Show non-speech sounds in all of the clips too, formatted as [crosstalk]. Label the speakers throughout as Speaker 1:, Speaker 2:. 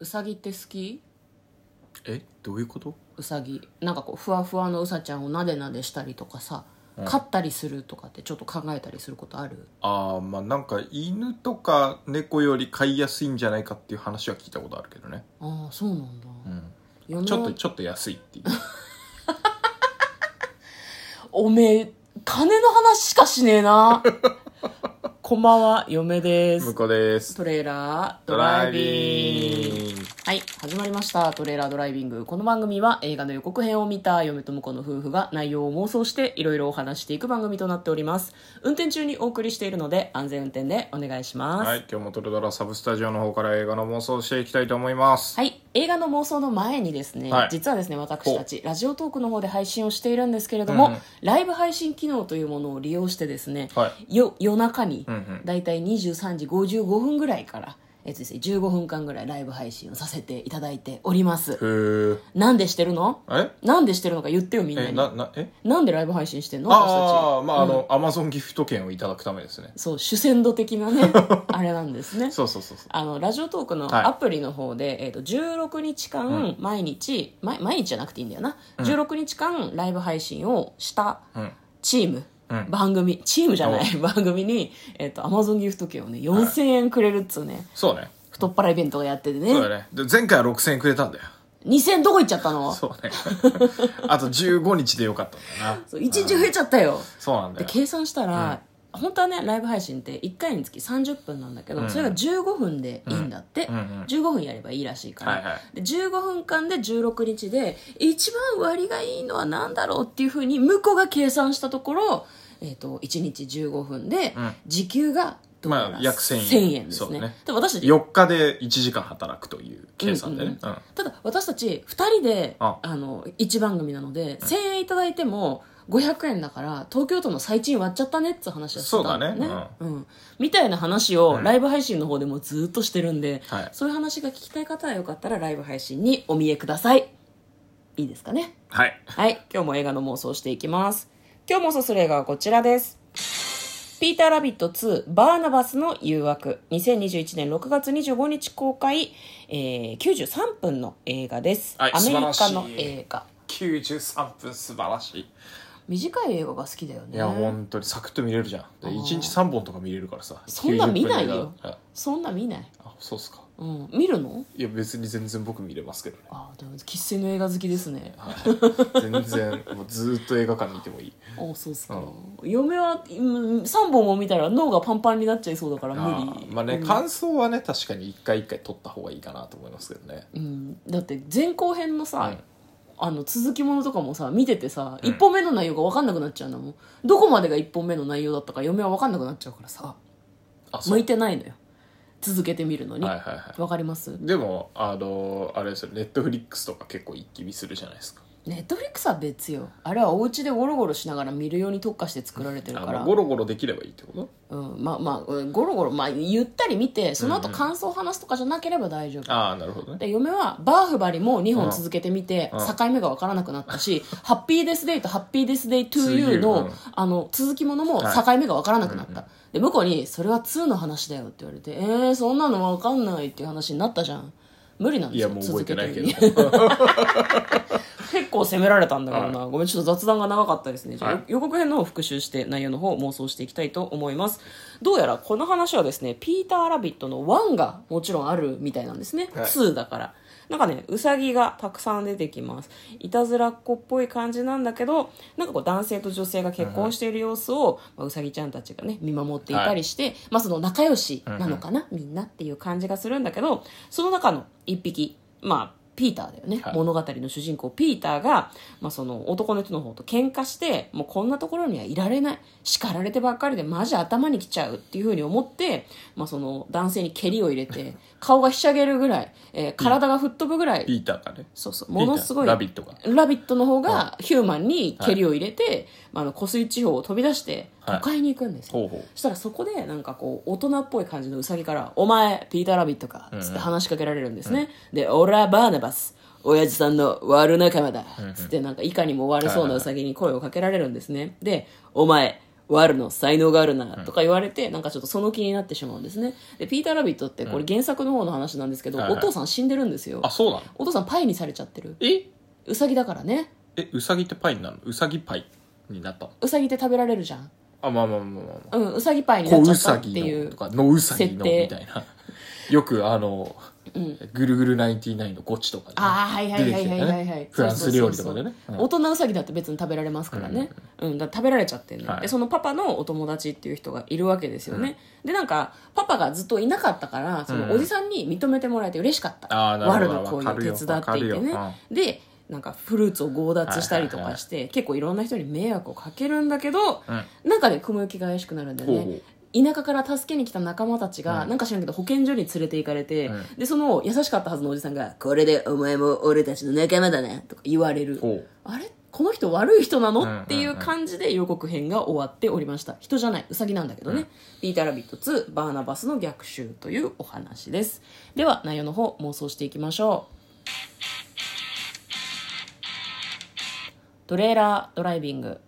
Speaker 1: うさぎって好き
Speaker 2: えどういうこと
Speaker 1: うさぎなんかこうふわふわのうさちゃんをなでなでしたりとかさ、飼ったりするとかってちょっと考えたりすることある
Speaker 2: ああまあなんか犬とか猫より飼いやすいんじゃないかっていう話は聞いたことあるけどね、
Speaker 1: ああそうなんだ、
Speaker 2: うん、
Speaker 1: 世の
Speaker 2: ちょっとちょっと安いっていう
Speaker 1: おめえ金の話しかしねえ
Speaker 2: [laughs]
Speaker 1: なこんばんは嫁で
Speaker 2: 向
Speaker 1: す
Speaker 2: こうです
Speaker 1: トレーラ [laughs] ード
Speaker 2: ド
Speaker 1: ラ
Speaker 2: ラ
Speaker 1: イ
Speaker 2: イ
Speaker 1: ビング
Speaker 2: ビング
Speaker 1: はい始まりました「トレーラードライビング」この番組は映画の予告編を見た嫁と婿の夫婦が内容を妄想していろいろお話していく番組となっております運転中にお送りしているので安全運転でお願いします
Speaker 2: はい今日もトレドラサブスタジオの方から映画の妄想をしていきたいと思います
Speaker 1: はい、映画の妄想の前にですね、
Speaker 2: はい
Speaker 1: 実はですね私たちラジオトークの方で配信をしているんですけれども、
Speaker 2: うんうん
Speaker 1: ライブ配信機能というものを利用してですね、
Speaker 2: は
Speaker 1: よ夜中に
Speaker 2: うんうん
Speaker 1: だいたい23時55分ぐらいから、えっとですね、15分間ぐらいライブ配信をさせていただいております
Speaker 2: へー
Speaker 1: なんでしてるの
Speaker 2: え
Speaker 1: なんでしてるのか言ってよみんな
Speaker 2: え
Speaker 1: に
Speaker 2: ななえ
Speaker 1: なんでライブ配信してんの私た
Speaker 2: ああまああの、アマゾンギフト券をいただくためですね
Speaker 1: ちそう主戦度的な
Speaker 2: [laughs]
Speaker 1: ねあれなんですね
Speaker 2: そうそうそうそう
Speaker 1: あのラジオトークの
Speaker 2: はい
Speaker 1: アプリの方で、えー、と16日間毎日、毎毎日じゃなくていいんだよな、16日間ライブ配信をした
Speaker 2: うん
Speaker 1: チーム、
Speaker 2: うん
Speaker 1: 番組チームじゃない番組に、えー、と Amazon ギフト券をね4000円くれるっつうね、
Speaker 2: そうね
Speaker 1: 太っ腹イベントをやってて
Speaker 2: そう
Speaker 1: ね
Speaker 2: だねで前回は6000円くれたんだよ
Speaker 1: 2000円どこ行っちゃったのそ
Speaker 2: そうねあと15日でよかったんだな
Speaker 1: う1日増えちゃったよ
Speaker 2: そうなんだ
Speaker 1: で
Speaker 2: よ
Speaker 1: 計算したら、本当はねライブ配信って1回につき30分なんだけど、それが15分でいいんだって、
Speaker 2: うんうん
Speaker 1: 15分やればいいらしいから、
Speaker 2: はいは
Speaker 1: で15分間で16日で一番割がいいのは何だろうっていうふうに向こうが計算したところ、えー、と1日15分で
Speaker 2: うん
Speaker 1: 時給がどうやら
Speaker 2: まあ約1000円
Speaker 1: です
Speaker 2: そ
Speaker 1: ね
Speaker 2: うね
Speaker 1: で私たち
Speaker 2: 4日で1時間働くという計算でね、
Speaker 1: う
Speaker 2: うんん
Speaker 1: うんただ私たち2人であ
Speaker 2: あ
Speaker 1: の1番組なので、1000円いただいても500円だから東京都の最賃割っちゃったねっつう話はしてたんだよね
Speaker 2: そうだね
Speaker 1: うんみたいな話をライブ配信の方でもずっとしてるんで、
Speaker 2: はい
Speaker 1: そういう話が聞きたい方はよかったらライブ配信にお見えくださいいいですかね
Speaker 2: はい
Speaker 1: はい今日も映画の妄想していきます今日妄想する映画はこちらですピーター・ラビット2バーナバスの誘惑2021年6月25日公開、えー、93分の映画です、
Speaker 2: はい
Speaker 1: アメリ
Speaker 2: 素
Speaker 1: カ
Speaker 2: 晴ら
Speaker 1: の
Speaker 2: しい
Speaker 1: 映画
Speaker 2: 93分素晴らしい
Speaker 1: 短い映画が好きだよね
Speaker 2: いや本当にサクッと見れるじゃんで1日3本とか見れるからさ
Speaker 1: そんな見ないよ
Speaker 2: 90分であ
Speaker 1: そんな見ない、
Speaker 2: あそうっすか
Speaker 1: うん、見るの
Speaker 2: いや別に全然僕見れますけどね
Speaker 1: あーでも生粋の映画好きですね
Speaker 2: はい全然もうずーっと映画館にいてもいい
Speaker 1: あそうっすか、
Speaker 2: う
Speaker 1: 嫁は3本も見たら脳がパンパンになっちゃいそうだから無
Speaker 2: あ
Speaker 1: 理
Speaker 2: ーまあね、
Speaker 1: うん
Speaker 2: 感想はね確かに一回一回撮った方がいいかなと思いますけどね
Speaker 1: うん、だって前後編のさ、
Speaker 2: うん
Speaker 1: あの続きものとかもさ見ててさ、一1本目の内容が分かんなくなっちゃうんだもんどこまでが1本目の内容だったか嫁は分かんなくなっちゃうからさ
Speaker 2: あそう
Speaker 1: 向いてないのよ続けてみるのに、
Speaker 2: は
Speaker 1: わ
Speaker 2: いはいはい
Speaker 1: 分かります
Speaker 2: でもあのあれですよネットフリックスとか結構一気見するじゃないですか
Speaker 1: ネットフリックスは別よあれはお家でゴロゴロしながら見るように特化して作られてる
Speaker 2: あ
Speaker 1: から
Speaker 2: のゴロゴロできればいいってこと
Speaker 1: うん、まあまあうんゴロゴロ、まあ、ゆったり見てその後感想を話すとかじゃなければ大丈夫、
Speaker 2: ああなるほどね
Speaker 1: で嫁はバーフバリも2本続けてみて、
Speaker 2: うん
Speaker 1: 境目が分からなくなったし [laughs] 「ハッピーデスデイ」と「ハッピーデスデイ to you の」
Speaker 2: To You うん
Speaker 1: あの続きものも境
Speaker 2: はい
Speaker 1: 目が分からなくなった、で向こうに「それは2の話だよ」って言われて「えー、そんなの分かんない」っていう話になったじゃん無理なんで
Speaker 2: い
Speaker 1: す
Speaker 2: や
Speaker 1: よ
Speaker 2: もう覚
Speaker 1: 続
Speaker 2: え
Speaker 1: け
Speaker 2: て
Speaker 1: て
Speaker 2: ない
Speaker 1: る
Speaker 2: け
Speaker 1: の
Speaker 2: ど
Speaker 1: に結構責められたんだからな、ごめんちょっと雑談が長かったですねじゃあ、
Speaker 2: はい
Speaker 1: 予告編の方を復習して内容の方を妄想していきたいと思いますどうやらこの話はですねピーター・ラビットの1がもちろんあるみたいなんですね、
Speaker 2: はい
Speaker 1: 2だからなんかねウサギがたくさん出てきますいたずらっ子っぽい感じなんだけどなんかこう男性と女性が結婚している様子を、まあ、うさぎちゃんたちがね見守っていたりして、まあその仲良しなのかな、みんなっていう感じがするんだけどその中の一匹まあピーターだよね、
Speaker 2: はい
Speaker 1: 物語の主人公ピーターが、まあ、その男の人の方と喧嘩してもうこんなところにはいられない叱られてばっかりでマジ頭にきちゃうっていうふうに思って、まあ、その男性に蹴りを入れて顔がひしゃげるぐらい、えー体が吹っ飛ぶぐらい
Speaker 2: [laughs] ピーターがね
Speaker 1: そうそうものすごい
Speaker 2: ピーターラビットが
Speaker 1: ラビットの方がヒューマンに蹴りを入れて、まあ、あの湖水地方を飛び出して
Speaker 2: は
Speaker 1: 都
Speaker 2: い
Speaker 1: 会に行くんですよ、
Speaker 2: ほうほう
Speaker 1: そしたらそこでなんかこう大人っぽい感じのウサギから「お前ピーター・ラビットか」っつって話しかけられるんですね、で「俺はバーナバス親父さんの悪仲間だ」っつってなんかいかにも悪そうなウサギに声をかけられるんですねで「お前ワルの才能があるなとか言われて、なんかちょっとその気になってしまうんですねでピーター・ラビットってこれ原作の方の話なんですけど、
Speaker 2: はいはい
Speaker 1: お父さん死んでるんですよ
Speaker 2: あそうなの
Speaker 1: お父さんパイにされちゃってる
Speaker 2: え
Speaker 1: ウサギだからね
Speaker 2: えうさぎってパイになるのうさぎパイになったの
Speaker 1: ウサギって食べられるじゃん
Speaker 2: あまあまあまあまあ、まあ
Speaker 1: うんウサギパイにな
Speaker 2: 子
Speaker 1: っちゃ
Speaker 2: う
Speaker 1: った
Speaker 2: さ
Speaker 1: って
Speaker 2: ぎ
Speaker 1: い
Speaker 2: の
Speaker 1: う
Speaker 2: とかのうさぎの
Speaker 1: 設定
Speaker 2: みたいなよくあの、ぐるぐる99のゴチとかでね、
Speaker 1: ああはいはいはいはいはい
Speaker 2: 出てき
Speaker 1: は
Speaker 2: て
Speaker 1: い
Speaker 2: ねフランス料理とかで
Speaker 1: そ
Speaker 2: ね
Speaker 1: うそうそう
Speaker 2: うん
Speaker 1: 大人うさぎだって別に食べられますからね、うんだから食べられちゃってんの、
Speaker 2: はい
Speaker 1: でそのパパのお友達っていう人がいるわけですよね、でなんかパパがずっといなかったからそのおじさんに認めてもらえて嬉しかった、
Speaker 2: あーな
Speaker 1: ワ
Speaker 2: る
Speaker 1: ル
Speaker 2: ほど
Speaker 1: の行為
Speaker 2: わかるよ
Speaker 1: を手伝っていて
Speaker 2: わ
Speaker 1: ね
Speaker 2: か
Speaker 1: でなんかフルーツを強奪したりとかして、結構いろんな人に迷惑をかけるんだけど、
Speaker 2: う
Speaker 1: なんかね雲行きが怪しくなるんだよね
Speaker 2: ほうほう
Speaker 1: 田舎から助けに来た仲間たちが、なんか知らんけど保健所に連れて行かれて、でその優しかったはずのおじさんが「これでお前も俺たちの仲間だね」とか言われる
Speaker 2: ほう
Speaker 1: あれこの人悪い人なの、
Speaker 2: んうんうん
Speaker 1: っていう感じで予告編が終わっておりました人じゃないウサギなんだけどね、ピーター・ラビット2バーナバスの逆襲というお話ですでは内容の方妄想していきましょうトレーラードライビング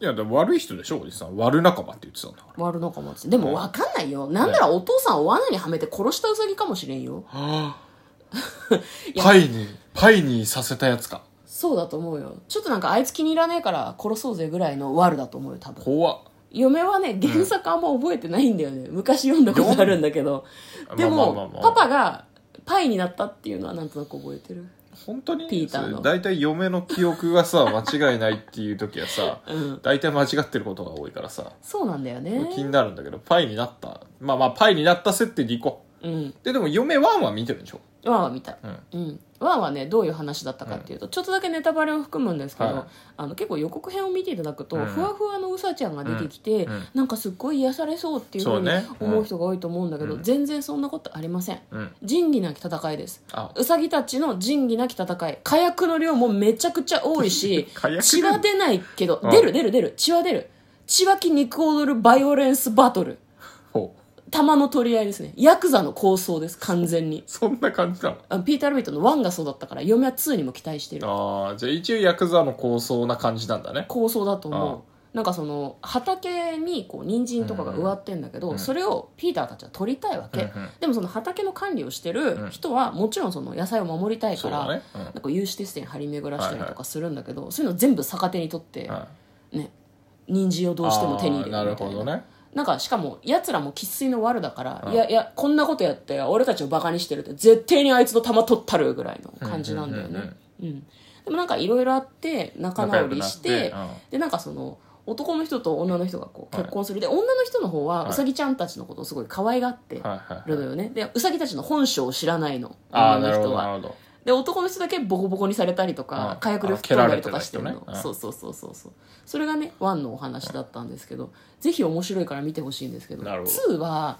Speaker 2: いやだから悪い人でしょおじさん [laughs] 悪仲間って言ってたんだから
Speaker 1: ワールドカップもあってでも分かんないよ、なんならお父さんを罠にはめて殺したウサギかもしれんよいや
Speaker 2: パイにパイにさせたやつか
Speaker 1: そうだと思うよちょっとなんかあいつ気に入らねえから殺そうぜぐらいのワールだと思うよ多分
Speaker 2: 怖っ
Speaker 1: 嫁はね原作あんま覚えてないんだよね、昔読んだことあるんだけど
Speaker 2: 読
Speaker 1: [laughs] で
Speaker 2: ん
Speaker 1: も、
Speaker 2: まあまあまあまあ
Speaker 1: パパがパイになったっていうのはなんとなく覚えてる
Speaker 2: 本当に
Speaker 1: ピーターの
Speaker 2: それ大体嫁の記憶がさ [laughs] 間違いないっていう時はさ、大体間違ってることが多いからさ
Speaker 1: そうなんだよ
Speaker 2: 気
Speaker 1: ね
Speaker 2: になるんだけどパイになったまあまあパイになった設定でいこ
Speaker 1: う
Speaker 2: う
Speaker 1: ん
Speaker 2: ででも嫁ワンは見てるでしょ
Speaker 1: ワンは見た
Speaker 2: うん
Speaker 1: うん、ワンはねどういう話だったかっていうと、ちょっとだけネタバレを含むんですけど、
Speaker 2: はい
Speaker 1: あの結構予告編を見ていただくと、
Speaker 2: うん
Speaker 1: ふわふわのうさちゃんが出てきて、
Speaker 2: うんうん
Speaker 1: なんかすっごい癒されそうっていうふ
Speaker 2: そうう
Speaker 1: に
Speaker 2: ねうん
Speaker 1: 思う人が多いと思うんだけど、全然そんなことありません
Speaker 2: うん
Speaker 1: 仁義なき戦いです
Speaker 2: あ
Speaker 1: うさぎたちの仁義なき戦い火薬の量もめちゃくちゃ多いし
Speaker 2: [laughs] 火薬
Speaker 1: 血は出ないけど
Speaker 2: うん
Speaker 1: 出る出る出る血は出る血湧き肉踊るバイオレンスバトル
Speaker 2: ほう [laughs]
Speaker 1: 弾の取り合いですねヤクザの構想です完全に
Speaker 2: そんな感じなの
Speaker 1: あのピーター・ルビットの1がそうだったから嫁は2にも期待してる
Speaker 2: ああじゃあ一応ヤクザの構想な感じなんだね
Speaker 1: 構想だと思う
Speaker 2: あ
Speaker 1: なんかその畑にこう人参とかが植わってんだけど、
Speaker 2: うん
Speaker 1: それをピーターたちは取りたいわけ、
Speaker 2: うんうん
Speaker 1: でもその畑の管理をしてる
Speaker 2: ん
Speaker 1: 人はもちろんその野菜を守りたい
Speaker 2: そ
Speaker 1: から、
Speaker 2: うだねうん
Speaker 1: なんか有刺鉄線張り巡らしたりとかするんだけど、そういうの全部逆手に取って、
Speaker 2: うん
Speaker 1: ね人参をどうしても手に入れるみた
Speaker 2: あーなるほ
Speaker 1: いな
Speaker 2: どね
Speaker 1: なんかしかもやつらも生粋の悪だから、
Speaker 2: うん
Speaker 1: いやいやこんなことやって俺たちをバカにしてるって絶対にあいつの玉取ったるぐらいの感じなんだよね、
Speaker 2: うんうん
Speaker 1: うんでもなんかいろいろあって仲直りして
Speaker 2: 仲良くなって
Speaker 1: でなんかその男の人と女の人がこう結婚する、で女の人の方は
Speaker 2: はいう
Speaker 1: さぎちゃんたちのことをすごい可愛がって
Speaker 2: はいはい
Speaker 1: るのよね、でうさぎたちの本性を知らないの
Speaker 2: ああ
Speaker 1: 女
Speaker 2: なる
Speaker 1: の人
Speaker 2: ほど
Speaker 1: は
Speaker 2: なるほど
Speaker 1: で男の人だけボコボコにされたりと
Speaker 2: う
Speaker 1: か
Speaker 2: ん
Speaker 1: 火薬で
Speaker 2: あ
Speaker 1: 吹っ飛んだりとかしてるの、
Speaker 2: 蹴られてない人ねうん
Speaker 1: そうそうそうそうそうそれがねワンのお話だったんですけど、ぜひ面白いから見てほしいんですけど
Speaker 2: なるほ
Speaker 1: 2
Speaker 2: ど
Speaker 1: は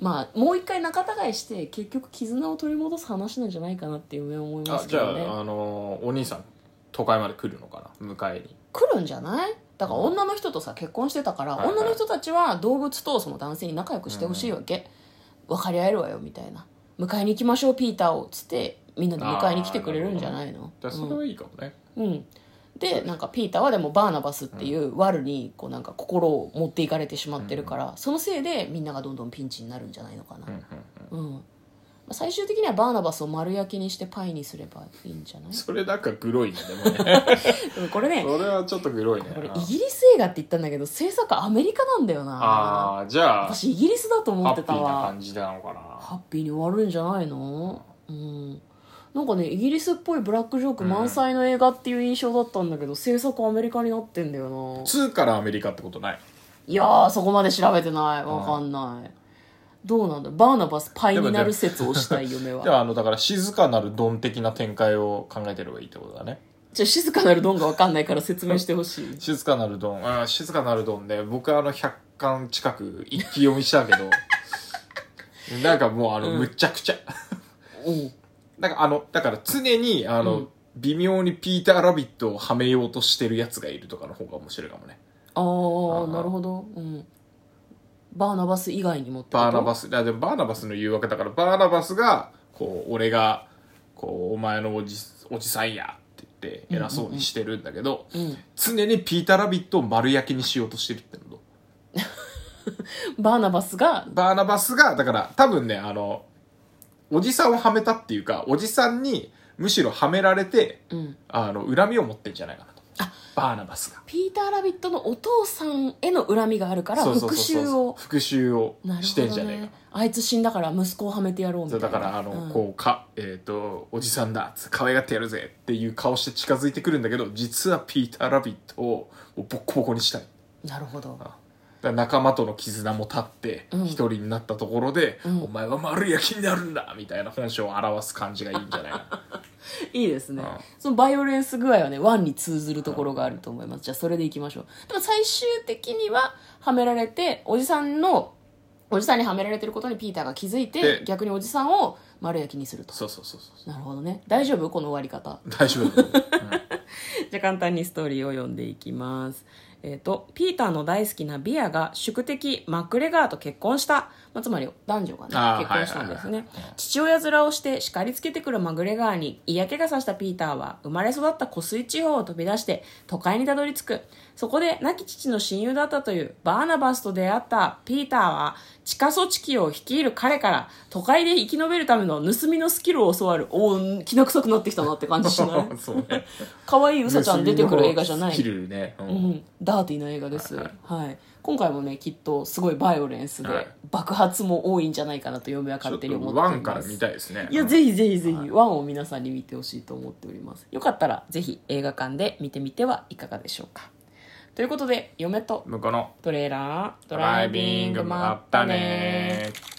Speaker 1: まあもう一回仲違いして結局絆を取り戻す話なんじゃないかなっていう思いま
Speaker 2: あ
Speaker 1: すけ
Speaker 2: じゃ
Speaker 1: どね
Speaker 2: ああのーお兄さん都会まで来るのかな迎えに
Speaker 1: 来るんじゃないだから女の人とさ結婚してたから、
Speaker 2: はいはい
Speaker 1: 女の人たちは動物とその男性に仲良くしてほしいわけ、分かり合えるわよみたいな迎えに行きましょうピーターをっつってみんなで迎えに来てくれるんじゃないの
Speaker 2: じゃあそれはいいかもね
Speaker 1: うん、でなんかピーターはでもバーナバスっていう悪にこうなんか心を持っていかれてしまってるから、そのせいでみんながどんどんピンチになるんじゃないのかな、うんまあ最終的にはバーナバスを丸焼きにしてパイにすればいいんじゃない
Speaker 2: それなんかグロいね [laughs] でもね
Speaker 1: うんこれね
Speaker 2: [laughs] それはちょっとグロいね
Speaker 1: これイギリス映画って言ったんだけど制作アメリカなんだよな
Speaker 2: ああじゃあ
Speaker 1: 私イギリスだと思っ
Speaker 2: ハッ
Speaker 1: て
Speaker 2: ピ
Speaker 1: た
Speaker 2: ーな
Speaker 1: わ
Speaker 2: 感じなのかな
Speaker 1: ハッピーに終わるんじゃないのうんなんかねイギリスっぽいブラックジョーク満載の映画っていう印象だったんだけど、制作アメリカになってんだよな
Speaker 2: 2からアメリカってことない
Speaker 1: いやー、そこまで調べてない。わかんない。どうなんだバーナバスパイになる説をしたい嫁
Speaker 2: じ
Speaker 1: は。
Speaker 2: ゃああのだから静かなるドン的な展開を考えてればいいってことだね
Speaker 1: じゃあ静かなるドンがわかんないから説明してほしい。
Speaker 2: 静かなるドンあー静かなるドンね僕あの100巻近く一気読みしたけど [laughs] なんかもうあの、むちゃくちゃ
Speaker 1: おう
Speaker 2: なんかあの、だから常に、あの、
Speaker 1: うん
Speaker 2: 微妙にピーター・ラビットをはめようとしてるやつがいるとかの方が面白いかもね。
Speaker 1: あー、
Speaker 2: あー
Speaker 1: なるほど。うん。バーナバス以外にもってこと
Speaker 2: バーナバス、あでもバーナバスの誘惑だから、バーナバスが、こう、俺が、こう、お前のおじ、おじさんやって言って、偉そうにしてるんだけど、
Speaker 1: うん。
Speaker 2: 常にピーター・ラビットを丸焼きにしようとしてるってのと。
Speaker 1: バーナバスが
Speaker 2: バーナバスが、だから多分ね、あの、おじさんをはめたっていうか、おじさんにむしろはめられて、
Speaker 1: うん
Speaker 2: あの、恨みを持ってんじゃないかなと。
Speaker 1: あ
Speaker 2: バーナバスが。
Speaker 1: ピーター・ラビットのお父さんへの恨みがあるから
Speaker 2: そう
Speaker 1: 復
Speaker 2: そうそうそう
Speaker 1: 讐を
Speaker 2: 復讐を
Speaker 1: なる
Speaker 2: し
Speaker 1: ほ
Speaker 2: てん
Speaker 1: ど
Speaker 2: じゃねえか
Speaker 1: ねあいつ死んだから息子をはめてやろうみ
Speaker 2: そ
Speaker 1: た
Speaker 2: う
Speaker 1: いな
Speaker 2: だからあの、
Speaker 1: ん
Speaker 2: こうかえっ、とおじさんだ可愛がってやるぜっていう顔して近づいてくるんだけど実はピーター・ラビットをもうボッコボコにしたい
Speaker 1: なるほど
Speaker 2: だから仲間との絆も立って
Speaker 1: うん
Speaker 2: 一人になったところで、
Speaker 1: うん
Speaker 2: お前は丸焼きになるんだみたいな本性を表す感じがいいんじゃないか
Speaker 1: [laughs]
Speaker 2: な
Speaker 1: いいですね、
Speaker 2: うん
Speaker 1: そのバイオレンス具合はねワンに通ずるところがあると思います、じゃあそれでいきましょうでも最終的にははめられておじさんのおじさんにはめられてることにピーターが気づいて
Speaker 2: で
Speaker 1: 逆におじさんを丸焼きにすると
Speaker 2: そうそうそうそう
Speaker 1: なるほどね大丈夫この終わり方
Speaker 2: 大丈夫だと思う、うん
Speaker 1: じゃあ簡単にストーリーを読んでいきます。えっ、と、ピーターの大好きなビアが宿敵マクレガーと結婚した。まあ、つまり男女が
Speaker 2: あ
Speaker 1: ね、
Speaker 2: ー
Speaker 1: 結婚したんです
Speaker 2: は
Speaker 1: ね
Speaker 2: いはいはいはい。
Speaker 1: 父親面をして叱りつけてくるマグレガーに嫌気がさしたピーターは生まれ育った湖水地方を飛び出して都会にたどり着く。そこで亡き父の親友だったというバーナバスと出会ったピーターは地下組織を率いる彼から都会で生き延びるための盗みのスキルを教わる。おお、気の臭くなってきたなって感じし
Speaker 2: [laughs]
Speaker 1: ない
Speaker 2: そうね
Speaker 1: 可愛いウサちゃん出てくる映画じゃない
Speaker 2: スキルね、うん
Speaker 1: うん、ダーティーな映画です、はい今回もねきっとすごいバイオレンスで、
Speaker 2: はい
Speaker 1: 爆発も多いんじゃないかなと嫁は
Speaker 2: ちょ
Speaker 1: 勝
Speaker 2: っ
Speaker 1: 手に思
Speaker 2: と
Speaker 1: っています
Speaker 2: ワンから見たいですね
Speaker 1: いやぜひぜひぜひ、ワンを皆さんに見てほしいと思っておりますよかったらぜひ映画館で見てみてはいかがでしょうかということで嫁と
Speaker 2: 向こうの
Speaker 1: トレーラード
Speaker 2: ドライビングもあったねー